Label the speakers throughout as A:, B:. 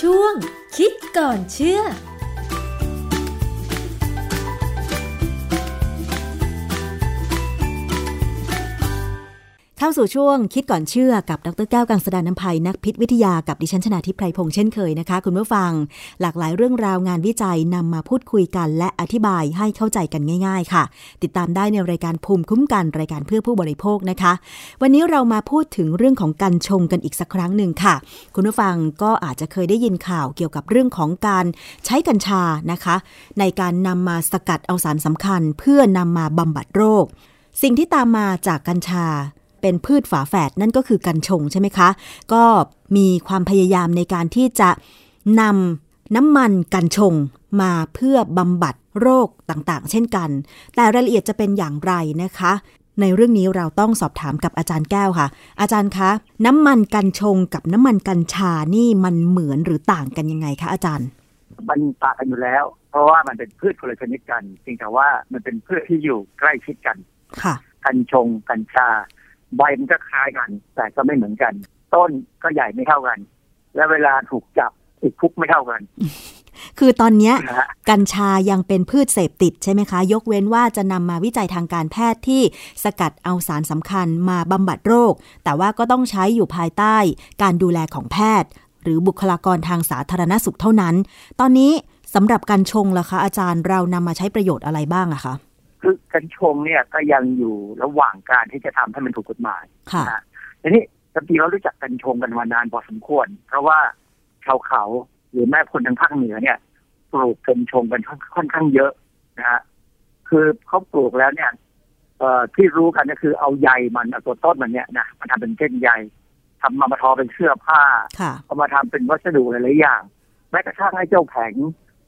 A: ช่วง คิดก่อนเชื่อ
B: เข้าสู่ช่วงคิดก่อนเชื่อกับดรแก้วกังสดานนภัยนักพิษวิทยากับดิฉันชนาทิพไพรพงษ์เช่นเคยนะคะ คุณผู้ฟัง หลากหลายเรื่องราวงานวิจัยนำมาพูดคุยกัน และอธิบายให้เข้าใจกันง่าย ๆ ค่ะ ติดตามได้ในรายการภูมิคุ้มกันรายการเพื่อผู้บริโภคนะคะ วันนี้เรามาพูดถึงเรื่องของการชงกันอีกสักครั้งหนึ่งค่ะ คุณผู้ฟังก็อาจจะเคยได้ยินข่าวเกี่ยวกับเรื่องของการใช้กัญชานะคะ ในการนำมาสกัดเอาสารสำคัญ เพื่อนำมาบำบัดโรค สิ่งที่ตามมาจากกัญชา เป็นพืชฝาแฝดนั่นก็คือกัญชงใช่ไหมคะ ก็มีความพยายามในการที่จะนำน้ำมันกัญชงมาเพื่อบำบัดโรคต่างๆ เช่นกัน แต่รายละเอียดจะเป็นอย่างไรนะคะ ในเรื่องนี้เราต้องสอบถามกับอาจารย์แก้วค่ะ อาจารย์คะน้ำมันกัญชงกับน้ำมันกัญชานี่มันเหมือนหรือต่างกันยังไงคะอาจารย์
C: มันต่างกันอยู่แล้ว เพราะว่ามันเป็นพืชคนละชนิดกันเพียงแต่ว่ามันเป็นพืชที่อยู่ใกล้ชิดกัน
B: ค่ะ
C: กัญชง กัญชา ใบมันก็คล้ายกัน แต่ก็ไม่เหมือนกัน ต้นก็ใหญ่ไม่เท่ากัน และเวลาถูกจับติดคุกไม่เท่ากัน
B: คือตอนเนี้ย
C: นะฮะ
B: กัญชายังเป็นพืชเสพติดใช่ไหมคะ ยกเว้นว่าจะนำมาวิจัยทางการแพทย์ที่สกัดเอาสารสำคัญมาบำบัดโรค แต่ว่าก็ต้องใช้อยู่ภายใต้การดูแลของแพทย์ หรือบุคลากรทางสาธารณสุขเท่านั้น ตอนนี้สำหรับการชงล่ะคะ อาจารย์เรานำมาใช้ประโยชน์อะไรบ้างอะคะ
C: คือกัญชงเนี่ยก็ยังอยู่ระหว่างการที่จะทำให้มันถูกกฎหมาย
B: ค่ะ
C: นะฮะทีนี้สตีเรารู้จักกัญชงกันมานานพอสมควร เพราะว่าชาวเขาหรือแม่คนทางภาคเหนือเนี่ย ปลูกกัญชงกันค่อนข้างเยอะนะฮะคือเขาปลูกแล้วเนี่ย เอ่อที่รู้กันก็คือเอาใยมันเอาตัวต้นมันเนี่ยนะมาทำเป็นเส้นใยทำมามาทอเป็นเสื้อผ้า
B: ค่ะ
C: เอามาทำเป็นวัสดุหลายๆอย่าง แม้กระทั่งไอ้เจ้าแผง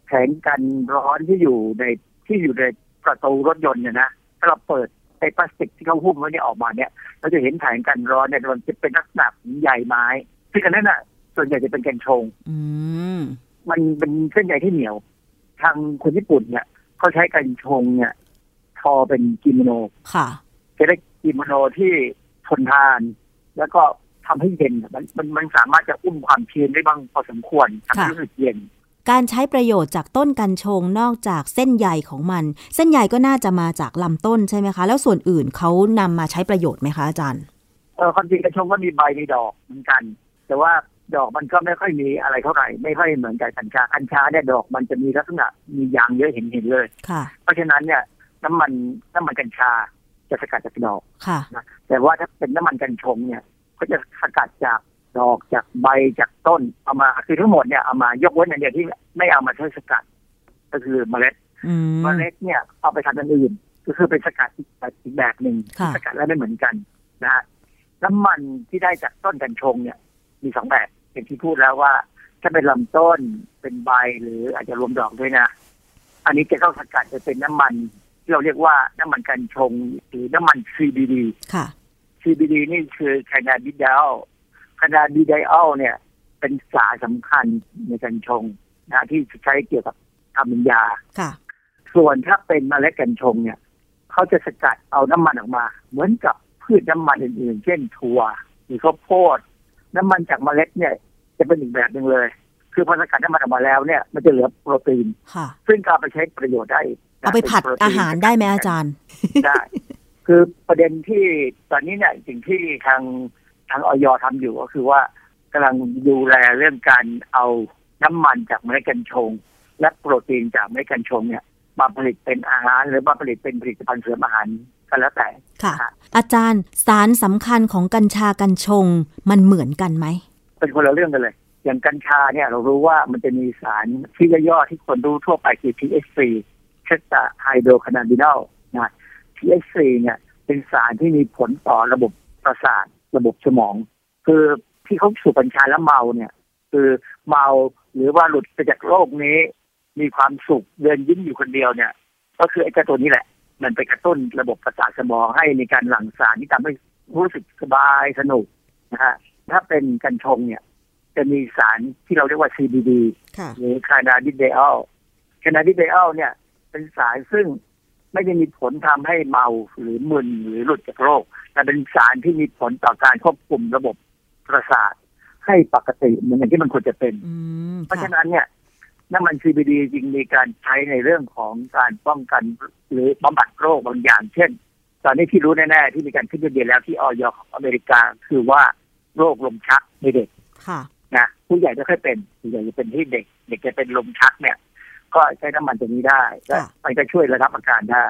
C: แผงกันร้อนที่อยู่ในที่อยู่ในประตูรถยนต์เนี่ยนะถ้าเราเปิดไอ้พลาสติกที่เขาหุ้มไว้เนี่ยออกมาเนี่ยเราจะเห็นแผงกันร้อนเนี่ยมันจะเป็นลักษณะของใยไม้ซึ่งอันนั้นอ่ะ ส่วนใหญ่จะเป็นแกนชง
B: อืม
C: มันเป็นเส้นใยที่เหนียว ทางคนญี่ปุ่นเนี่ยเขาใช้กันชงเนี่ย ทอเป็นกิโมโน
B: ค่ะ
C: จะได้กิโมโนที่ทนทาน แล้วก็ทำให้เย็นมันมันมันสามารถจะอุ้มความชื้นได้บ้างพอสมควรทำให้
B: ค่ะ
C: รู้สึกเย็น
B: การใช้ประโยชน์จากต้นกัญชงนอกจากเส้นใยของมัน เส้นใยก็น่าจะมาจากลำต้นใช่ไหมคะ แล้วส่วนอื่นเขานำมาใช้ประโยชน์ไหมคะอาจารย์
C: เออความจริงกระชงก็มีใบมีดอกเหมือนกัน แต่ว่าดอกมันก็ไม่ค่อยมีอะไรเท่าไหร่ ไม่ค่อยเหมือนกับกัญชากัญชาเนี่ยดอกมันจะมีลักษณะมียางเยอะเห็นเห็นเลย
B: ค่ะ
C: เพราะฉะนั้นเนี่ยน้ำมันน้ำมันกัญชาจะสกัดจากดอก
B: ค่ะ
C: แต่ว่าถ้าเป็นน้ำมันกัญชงเนี่ยก็จะสกัดจากดอกจากใบจากต้นเอามาคือทั้งหมดเนี่ยเอามายกเว้นอันเดียวที่ไม่เอามาใช้สกัด ก็คือเมล็ด
B: อืม
C: เมล็ดเนี่ยเอาไปทำอย่างอื่น ก็คือเป็นสกัดอีกแบบอีกแบบหนึ่ง
B: ค่ะ
C: สกัดแล้วไม่เหมือนกันนะฮะน้ำมันที่ได้จากต้นกัญชงเนี่ย มีสองแบบอย่างที่พูดแล้วว่าถ้าเป็นลำต้นเป็นใบหรืออาจจะรวมดอกด้วยนะ อันนี้จะต้องสกัดจะเป็นน้ำมันที่เราเรียกว่าน้ำมันกัญชงหรือน้ำมัน CBD
B: ค่ะ
C: CBD นี่คือคานาบิดอลคานาบิดอลเนี่ย เป็นสารสำคัญในกัญชงนะที่ใช้เกี่ยวกับทำเป็นยา
B: ค่ะ
C: ส่วนถ้าเป็นเมล็ดกัญชงเนี่ยเขาจะสกัดเอาน้ำมันออกมา เหมือนกับพืชน้ำมันอื่นๆ เช่นถั่วหรือข้าวโพด น้ำมันจากเมล็ดเนี่ย จะเป็นอีกแบบหนึ่งเลย คือพอสกัดน้ำมันออกมาแล้วเนี่ย มันจะเหลือโปรตีน
B: ค่ะ
C: ซึ่งก็เอาไปใช้ประโยชน์ได้นะ
B: เอาไปผัด
C: เนโรตีน
B: อาหารได้ไหมอาจารย์
C: ได้คือประเด็นที่ตอนนี้เนี่ยสิ่งที่ทางทางออยทำอยู่ก็คือว่ากำลังดูแลเรื่องการเอาน้ำมันจากเมล็ดกัญชง และโปรตีนจากเมล็ดกัญชงเนี่ยมาผลิตเป็นอาหาร หรือมาผลิตเป็นผลิตภัณฑ์เสริมอาหารก็แล้วแต่
B: ค่ะ
C: ค่ะ
B: อาจารย์สารสำคัญของกัญชากัญชงมันเหมือนกันไหม
C: เป็นคนละเรื่องกันเลย อย่างกัญชาเนี่ยเรารู้ว่ามันจะมีสารที่ย่อๆที่คนรู้ทั่วไปคือ THC เชสตาไฮโดรคานาบินอลนะ THC เนี่ยเป็นสารที่มีผลต่อระบบประสาทระบบสมอง คือที่เขาสูบกัญชาแล้วเมาเนี่ย คือเมาหรือว่าหลุดไปจากโลกนี้ มีความสุขเดินยิ้มอยู่คนเดียวเนี่ย ก็คือไอ้เจ้าตัวนี้แหละ มันไปกระตุ้นระบบประสาทสมองให้มีการหลั่งสารที่ทำให้รู้สึกสบายสนุกนะฮะถ้าเป็นกัญชงเนี่ย จะมีสารที่เราเรียกว่า CBD
B: ค่ะ
C: หรือคานาบิเดอลคานาบิเดอลเนี่ย เป็นสารซึ่งไม่ได้มีผลทำให้เมาหรือมึนหรือหลุดจากโรค แต่เป็นสารที่มีผลต่อการควบคุมระบบประสาท ให้ปกติเหมือนอย่างที่มันควรจะเป็น
B: อืม
C: เพราะ
B: ค่ะ
C: ฉะนั้นเนี่ยน้ำมัน CBD จริงมีการใช้ในเรื่องของการป้องกันหรือบำบัดโรคบางอย่าง เช่น ตอนนี้ที่รู้แน่ๆที่มีการขึ้นทะเบียนแล้วที่ออยของอเมริกาคือว่าโรคลมชักในเด็ก
B: ค่ะ
C: นะผู้ใหญ่ไม่ค่อยเป็นผู้ใหญ่จะเป็นที่เด็ก เด็กจะเป็นลมชักเนี่ย ก็ใช้น้ำมันตัวนี้ได้ก็
B: ค่ะ
C: มันจะช่วยระงับอาการได้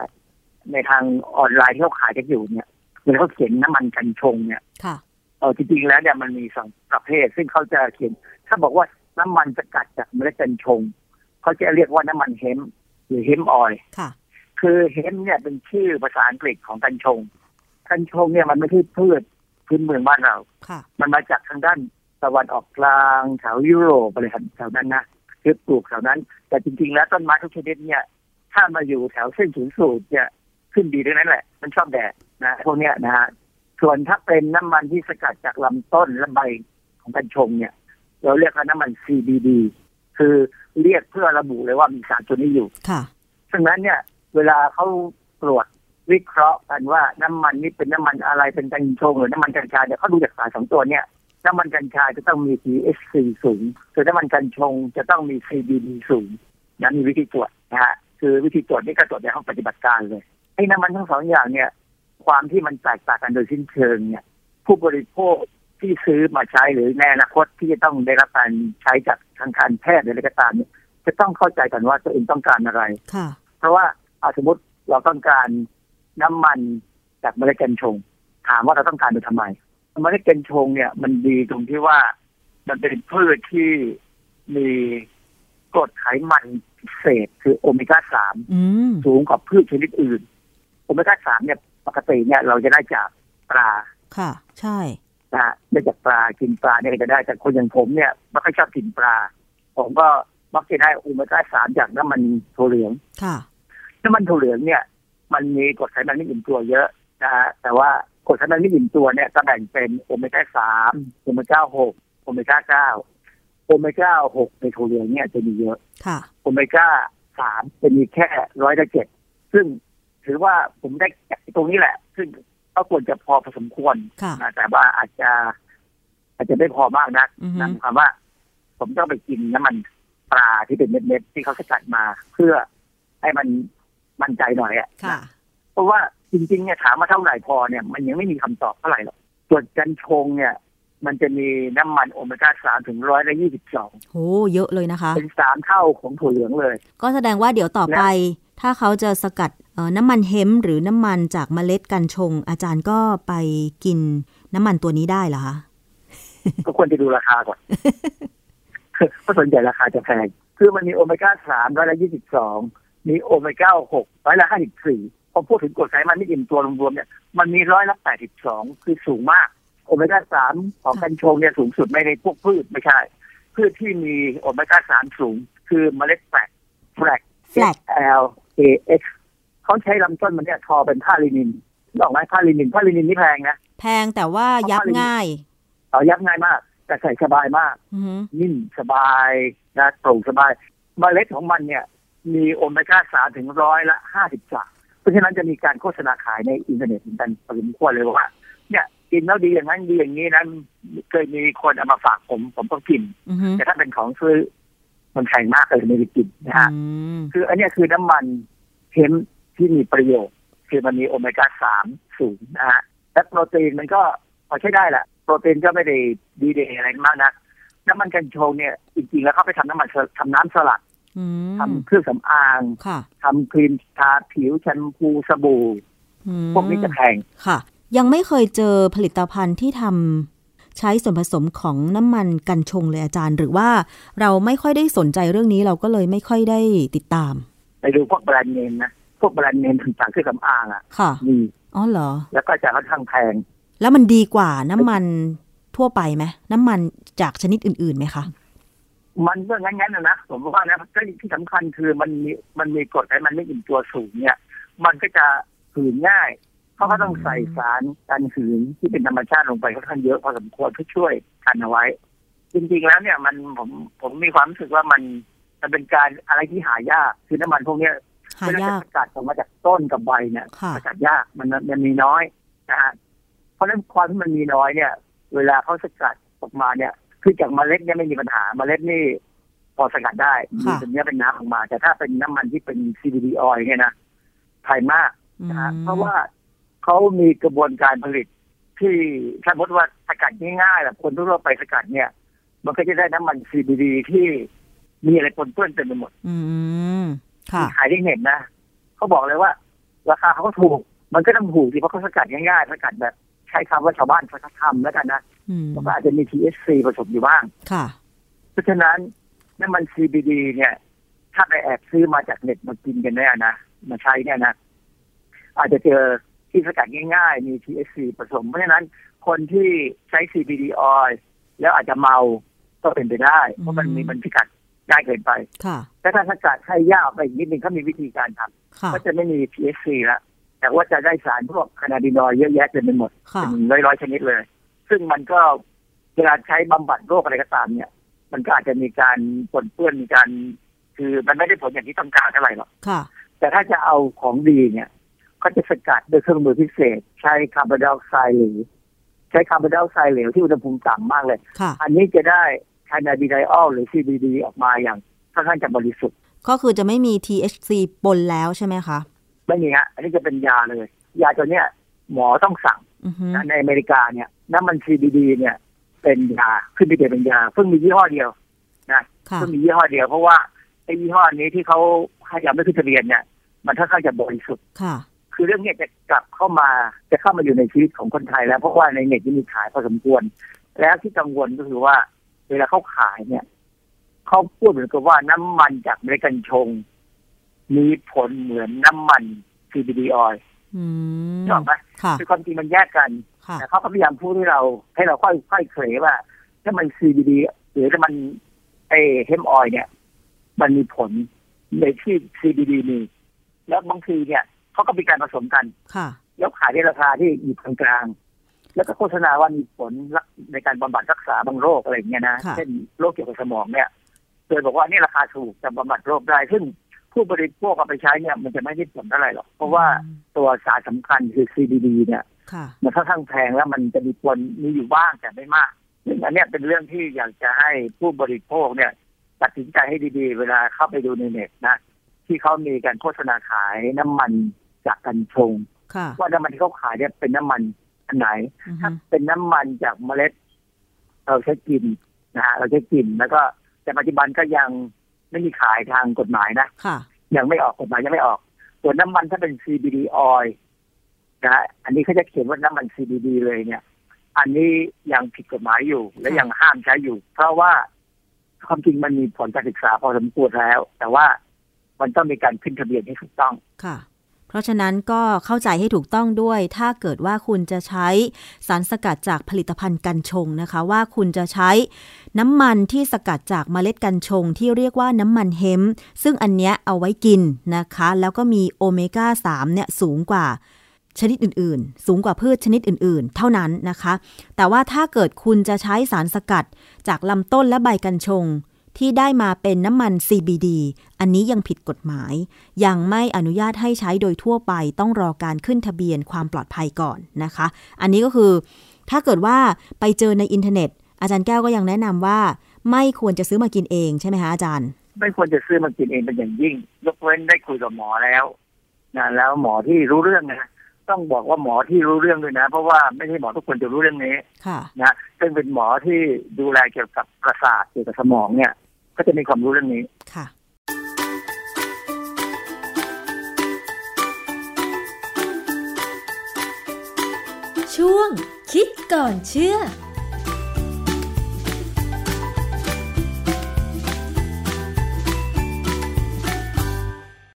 C: ในทางออนไลน์ที่เขาขายกันอยู่เนี่ยเวลาเขาเขียนน้ำมันกันชงเนี่ย
B: ค่ะ
C: เออจริงๆแล้วเนี่ยมันมีสองประเภท ซึ่งเขาจะเขียน ถ้าบอกว่าน้ำมันสกัดจากเมล็ดกัญชง เขาจะเรียกว่าน้ำมันเฮมป์หรือเฮมป์ออยล์
B: ค่ะ
C: คือเฮมป์เนี่ยเป็นชื่อภาษาอังกฤษของกัญชง กัญชงเนี่ยมันไม่ใช่พืชพื้นเมืองบ้านเรา
B: ค่ะ
C: มันมาจากทางด้านตะวันออกกลางแถวยุโรปอะไรแถวนั้นนะคือปลูกแถวนั้น แต่จริงๆ แล้วต้นไม้ทุกชนิดเนี่ย ถ้ามาอยู่แถวเส้นศูนย์สูตรเนี่ยขึ้นดีด้วยนั้นแหละ มันชอบแดดนะพวกเนี้ยนะฮะส่วนถ้าเป็นน้ำมันที่สกัดจากลำต้นและใบของกัญชงเนี่ย เราเรียกว่าน้ำมัน CBD คือเรียกเพื่อระบุเลยว่ามีสารตัวนี้อยู่
B: ค่ะ
C: ฉะนั้นเนี่ย เวลาเขาตรวจวิเคราะห์กันว่าน้ำมันนี่เป็นน้ำมันอะไรเป็นกัญชงหรือน้ำมันกัญชาเนี่ยเขาดูจากสารสองตัวเนี่ยน้ำมันกัญชาจะต้องมี THC สูงส่วนน้ำมันกัญชงจะต้องมี CBD สูงนั้นมีวิธีตรวจนะฮะคือวิธีตรวจนี่ก็ตรวจในห้องปฏิบัติการเลยไอ้น้ำมันทั้งสองอย่างเนี่ย ความที่มันแตกต่างกันโดยสิ้นเชิงเนี่ย ผู้บริโภคที่ซื้อมาใช้หรือในอนาคตที่จะต้องได้รับการใช้จากทางการแพทย์หรืออะไรก็ตามเนี่ยจะต้องเข้าใจกันว่าตัวเองต้องการอะไร
B: ค่ะ
C: เพราะว่าอาสมมติเราต้องการน้ำมันจากเมล็ดกัญชง ถามว่าเราต้องการไปทำไมเมล็ดกัญชงเนี่ยมันดีตรงที่ว่ามันเป็นพืชที่มีกรดไขมันพิเศษคือโอเมก้าสาม
B: อืม
C: สูงกว่าพืชชนิดอื่น โอเมก้าสามเนี่ยปกติเนี่ยเราจะได้จากปลา
B: ค่ะ ใช่
C: นะฮะได้จากปลากินปลาเนี่ยก็จะได้แต่คนอย่างผมเนี่ยไม่ค่อยชอบกินปลา ผมก็มักจะได้โอเมก้าสามจากน้ำมันถั่วเหลือง
B: ค่ะ
C: น้ำมันถั่วเหลืองเนี่ยมันมีกรดไขมันไม่อิ่มตัวเยอะนะฮะแต่ว่ากรดไขมันไม่อิ่มตัวเนี่ยจะแบ่งเป็นโอเมก้าสามโอเมก้าหกโอเมก้าเก้าโอเมก้าหกในถั่วเหลืองเนี่ยจะมีเยอะ
B: ค่ะ
C: โอเมก้าสามจะมีแค่ร้อยละเจ็ดซึ่งถือว่าผมได้จากตรงนี้แหละ ซึ่งก็ควรจะพอพอสมควร
B: ค่ะ
C: นะแต่ว่าอาจจะ อาจจะไม่พอมากนัก
B: อือฮึ
C: นั่นหมายความว่า ผมต้องไปกินน้ำมันปลาที่เป็นเม็ดๆที่เขาสกัดมา เพื่อให้มันมั่นใจหน่อยอะ
B: ค่ะ
C: เพราะว่าจริงๆเนี่ยถามว่าเท่าไหร่พอเนี่ยมันยังไม่มีคำตอบเท่าไหร่หรอกส่วนกัญชงเนี่ย มันจะมีน้ำมันโอเมก้าสามถึงร้อยละยี่สิบสอง
B: โหเยอะเลยนะคะ
C: เป็นสามเท่าของถั่วเหลืองเลย
B: ก็แสดงว่าเดี๋ยวต่อไป ถ้าเขาจะสกัดเอ่อน้ำมันเฮมป์หรือน้ำมันจากเมล็ดกัญชง อาจารย์ก็ไปกินน้ำมันตัวนี้ได้เหรอคะ
C: ก็ควรจะดูราคาก่อน เพราะส่วนใหญ่ราคาจะแพง คือมันมีโอเมก้าสามร้อยละยี่สิบสอง มีโอเมก้าหกร้อยละห้าสิบสี่พอพูดถึงกรดไขมันไม่อิ่มตัวรวมๆเนี่ย มันมีร้อยละแปดสิบสองคือสูงมาก โอเมก้าสามของกัญชงเนี่ยสูงสุดไม่ในพวกพืชไม่ใช่ พืชที่มีโอเมก้าสามสูง คือเมล็ดแฟลกแฟลก
B: Flax
C: L A X เขาใช้ลำต้นมันเนี่ยทอเป็นผ้าลินินบอกไหมผ้าลินินผ้าลินินนี่แพงนะ
B: แพงแต่ว่ายับง่าย
C: เอายับง่ายมาก แต่ใส่สบายมาก
B: อือหือ
C: นิ่มสบายนะโปร่งสบายมเมล็ดของมันเนี่ย มีโอเมก้าสามถึงร้อยละห้าสิบสามเพราะฉะนั้นจะมีการโฆษณาขายในอินเทอร์เน็ตเหมือนกันพอสมควรเลยว่า เนี่ยกินแล้วดีอย่างนั้นดีอย่างนี้นั้นเคยมีคนเอามาฝากผม ผมก็กิน
B: อือหือ
C: แต่ถ้าเป็นของซื้อมันแพงมากเลยไม่ได้กินนะฮะ
B: อืม
C: คืออันเนี้ยคือน้ำมันเฮมป์ที่มีประโยชน์คือมันมีโอเมก้าสามสูงนะฮะและโปรตีนมันก็พอใช้ได้แหละ โปรตีนก็ไม่ได้ดีเดย์อะไรมากนะน้ำมันกัญชงเนี่ยจริงๆแล้วเขาไปทำน้ำมันสลทำน้ำสลัด
B: อืม
C: ทำเครื่องสำอาง
B: ค่ะ
C: ทำครีมทาผิวแชมพูสบู่
B: อืม
C: พวกนี้จะแพง
B: ค่ะ ยังไม่เคยเจอผลิตภัณฑ์ที่ทำใช้ส่วนผสมของน้ำมันกัญชงเลยอาจารย์ หรือว่าเราไม่ค่อยได้สนใจเรื่องนี้เราก็เลยไม่ค่อยได้ติดตาม
C: ไปดูพวกแบรนด์เนมนะ พวกแบรนด์เนมต่างๆเครื่องสำอางอ่ะ
B: ค่ะ
C: มี
B: อ๋อเหรอ
C: แล้วก็จะค่อนข้างแพง
B: แล้วมันดีกว่าน้ำมันทั่วไปไหมน้ำมันจากชนิดอื่นๆไหมคะ
C: มันก็งั้นๆนะนะผมว่านะก็ที่สำคัญคือมันมีมันมีกฎไขมันไม่อิ่มตัวสูงเนี่ย มันก็จะหืนง่าย เพราะเขาต้องใส่สารกันหืนที่เป็นธรรมชาติลงไปค่อนข้างเยอะพอสมควรเพื่อช่วยกันเอาไว้ จริงๆแล้วเนี่ยมันผมผมมีความรู้สึกว่ามันมันเป็นการอะไรที่หายากคือน้ำมันพวกเนี้ย
B: หายาก
C: เวลจะสกัดออกมาจากต้นกับใบเนี่ย
B: ค่ะ
C: สกัดยากมันมันมีน้อยนะฮะเพราะฉะนั้นความที่มันมีน้อยเนี่ย เวลาเขาสกัดออกมาเนี่ย คือจากเมล็ดเนี่ยไม่มีปัญหา เมล็ดนี่พอสกัดได้
B: ค่ะ
C: มีเป็นเนื้อเป็นน้ำออกมา แต่ถ้าเป็นน้ำมันที่เป็น CBD oil เนี่ยนะไทยมาก
B: อืม
C: นะฮะเพราะว่าเขามีกระบวนการผลิตที่ถ้าสมมติว่าสกัดง่ายๆแบบคนทั่วๆไปสกัดเนี่ย มันก็จะได้น้ำมัน CBD ที่มีอะไรปนเปื้อนเต็มไปหมด
B: อืมค่ะ
C: ขายได้เห็นนะเขาบอกเลยว่า ราคาเขาก็ถูก มันก็ต้องถูกดิเพราะเขาสกัดง่ายๆสกัดแบบ ใช้คำว่าชาวบ้านเขาทำแล้วกันนะ
B: อืม
C: มันก็อาจจะมี THC ผสมอยู่บ้าง
B: ค่ะ
C: เพราะฉะนั้นน้ำมัน CBD เนี่ย ถ้าไปแอบซื้อมาจากเน็ตมากินกันเนี่ยนะมาใช้เนี่ยนะ อาจจะเจอที่สกัดง่ายๆ มี THC ผสม เพราะฉะนั้นคนที่ใช้ CBD oil แล้วอาจจะเมาก็เป็นไปได้ เพราะมันมีมันสกัดง่ายเกินไป
B: ค่ะ
C: แต่ถ้าสกัดให้ยากไปอีกนิดนึงเขามีวิธีการท
B: ค่ะ
C: ำก็จะไม่มี THC ละแต่ว่าจะได้สารพวกคานาบินอยด์เยอะแยะเต็มไปหมด
B: ค่ะ
C: เป็นร้อยร้อยๆชนิดเลย ซึ่งมันก็เวลาใช้บำบัดโรคอะไรก็ตามเนี่ย มันก็อาจจะมีการปนเปื้อนมีการ คือมันไม่ได้ผลอย่างที่ต้องการเท่าไหร่หรอก
B: ค่ะ
C: แต่ถ้าจะเอาของดีเนี่ย ก็จะสกัดด้วยเครื่องมือพิเศษ ใช้คาร์บอนไดออกไซด์หรือใช้คาร์บอนไดออกไซด์เหลวที่อุณหภูมิต่ำมากเลย
B: ค่ะ
C: อันนี้จะได้คานาบิไดออลหรือ CBD ออกมาอย่างค่อนข้างจะบริสุทธิ์
B: ก็คือจะไม่มี THC ปนแล้วใช่ไหมคะ
C: ไม่มีฮะอันนี้จะเป็นยาเลย ยาตัวเนี้ยหมอต้องสั่ง
B: อือฮึ
C: นะในอเมริกาเนี่ยน้ำมัน CBD เนี่ยเป็นยาขึ้นไปเป็นยาเพิ่งมียี่ห้อเดียว
B: ค่ะ
C: เพิ่งมียี่ห้อเดียว เพราะว่าไอ้ยี่ห้อนี้ที่เขาให้ยาไม่ขึ้นทะเบียนเนี่ยมันค่อนข้างจะบริสุทธิ์
B: ค่ะ
C: คือเรื่องเนี้ยจะกลับเข้ามาจะเข้ามาอยู่ในชีวิตของคนไทยแล้ว เพราะว่าในเน็ตยังมีขายพอสมควร แล้วที่กังวลก็คือว่า เวลาเขาขายเนี่ยเขาพูดเหมือนกับว่าน้ำมันจากเมริกันชง มีผลเหมือนน้ำมัน CBD oil
B: อืม
C: ใช่ไหม
B: ค่ะ
C: คือความจริงมันแยกกัน
B: ค่ะ
C: แต่เขาก็พยายามพูดให้เราให้เราค่อยค่อยเขยว่า ถ้ามัน CBD หรือถ้ามันไอเฮมออยเนี่ย มันมีผลในที่ CBD มี แล้วบางทีเนี่ยเขาก็มีการผสมกัน
B: ค่ะ
C: แล้วขายในราคาที่อยู่กลางกลางๆแล้วก็โฆษณาว่ามีผลรักในการบำบัดรักษาบางโรคอะไรอย่างเงี้ยนะ
B: ค่ะ
C: เช่นโรคเกี่ยวกับสมองเนี่ยโดยบอกว่านี่ราคาถูกจะบำบัดโรคได้ซึ่งผู้บริโภคเอาไปใช้เนี่ยมันจะไม่ได้ผลเท่าไหร่หรอกเพราะว่าตัวสารสำคัญคือ CBD เนี่ย
B: ค่ะ
C: มันค่อนข้างแพงแล้วมันจะมีคนมีอยู่บ้างแต่ไม่มากซึ่งอันเนี้ยเป็นเรื่องที่อยากจะให้ผู้บริโภคเนี่ย ตัดสินใจให้ดีๆ เวลาเข้าไปดูในเน็ตนะ ที่เขามีการโฆษณาขายน้ำมันจากกัญชง
B: ค่ะ
C: ว่าน้ำมันที่เขาขายเนี่ยเป็นน้ำมันอันไหน
B: อือฮึ
C: ถ้าเป็นน้ำมันจากเมล็ด เราใช้กินนะฮะเราใช้กินแล้วก็แต่ปัจจุบันก็ยังไม่มีขายทางกฎหมายนะ
B: ค่ะ
C: ยังไม่ออกกฎหมายยังไม่ออก ส่วนน้ำมันถ้าเป็น CBD oil นะฮะอันนี้เขาจะเขียนว่าน้ำมัน CBD เลยเนี่ย อันนี้ยังผิดกฎหมายอยู่ และยังห้ามใช้อยู่ เพราะว่าความจริงมันมีผลการศึกษาพอสมควรแล้ว แต่ว่ามันต้องมีการขึ้นทะเบียนให้ถูกต้อง
B: ค่ะ เพราะฉะนั้นก็เข้าใจให้ถูกต้องด้วย ถ้าเกิดว่าคุณจะใช้สารสกัดจากผลิตภัณฑ์กัญชงนะคะ ว่าคุณจะใช้น้ำมันที่สกัดจากเมล็ดกัญชง ที่เรียกว่าน้ำมันเฮมป์ซึ่งอันเนี้ยเอาไว้กินนะคะ แล้วก็มีโอเมก้า 3 เนี่ยสูงกว่าชนิดอื่นๆ สูงกว่าพืชชนิดอื่นๆ เท่านั้นนะคะ แต่ว่าถ้าเกิดคุณจะใช้สารสกัดจากลำต้นและใบกัญชง ที่ได้มาเป็นน้ำมัน CBD อันนี้ยังผิดกฎหมาย ยังไม่อนุญาตให้ใช้โดยทั่วไปต้องรอการขึ้นทะเบียนความปลอดภัยก่อนนะคะ อันนี้ก็คือ ถ้าเกิดว่าไปเจอในอินเทอร์เน็ต อาจารย์แก้วก็ยังแนะนำว่า ไม่ควรจะซื้อมากินเองใช่ไหมคะอาจารย์
C: ไม่ควรจะซื้อมากินเองเป็นอย่างยิ่ง ยกเว้นได้คุยกับหมอแล้วนะแล้วหมอที่รู้เรื่องนะต้องบอกว่าหมอที่รู้เรื่องด้วยนะ เพราะว่าไม่ใช่หมอทุกคนจะรู้เรื่องนี้
B: ค่ะ
C: นะซึ่งเป็นหมอที่ดูแลเกี่ยวกับประสาทเกี่ยวกับสมองเนี่ย ก็จะมีความรู้เรื่องนี้
B: ค่ะ
A: ช่วงคิดก่อนเชื่อ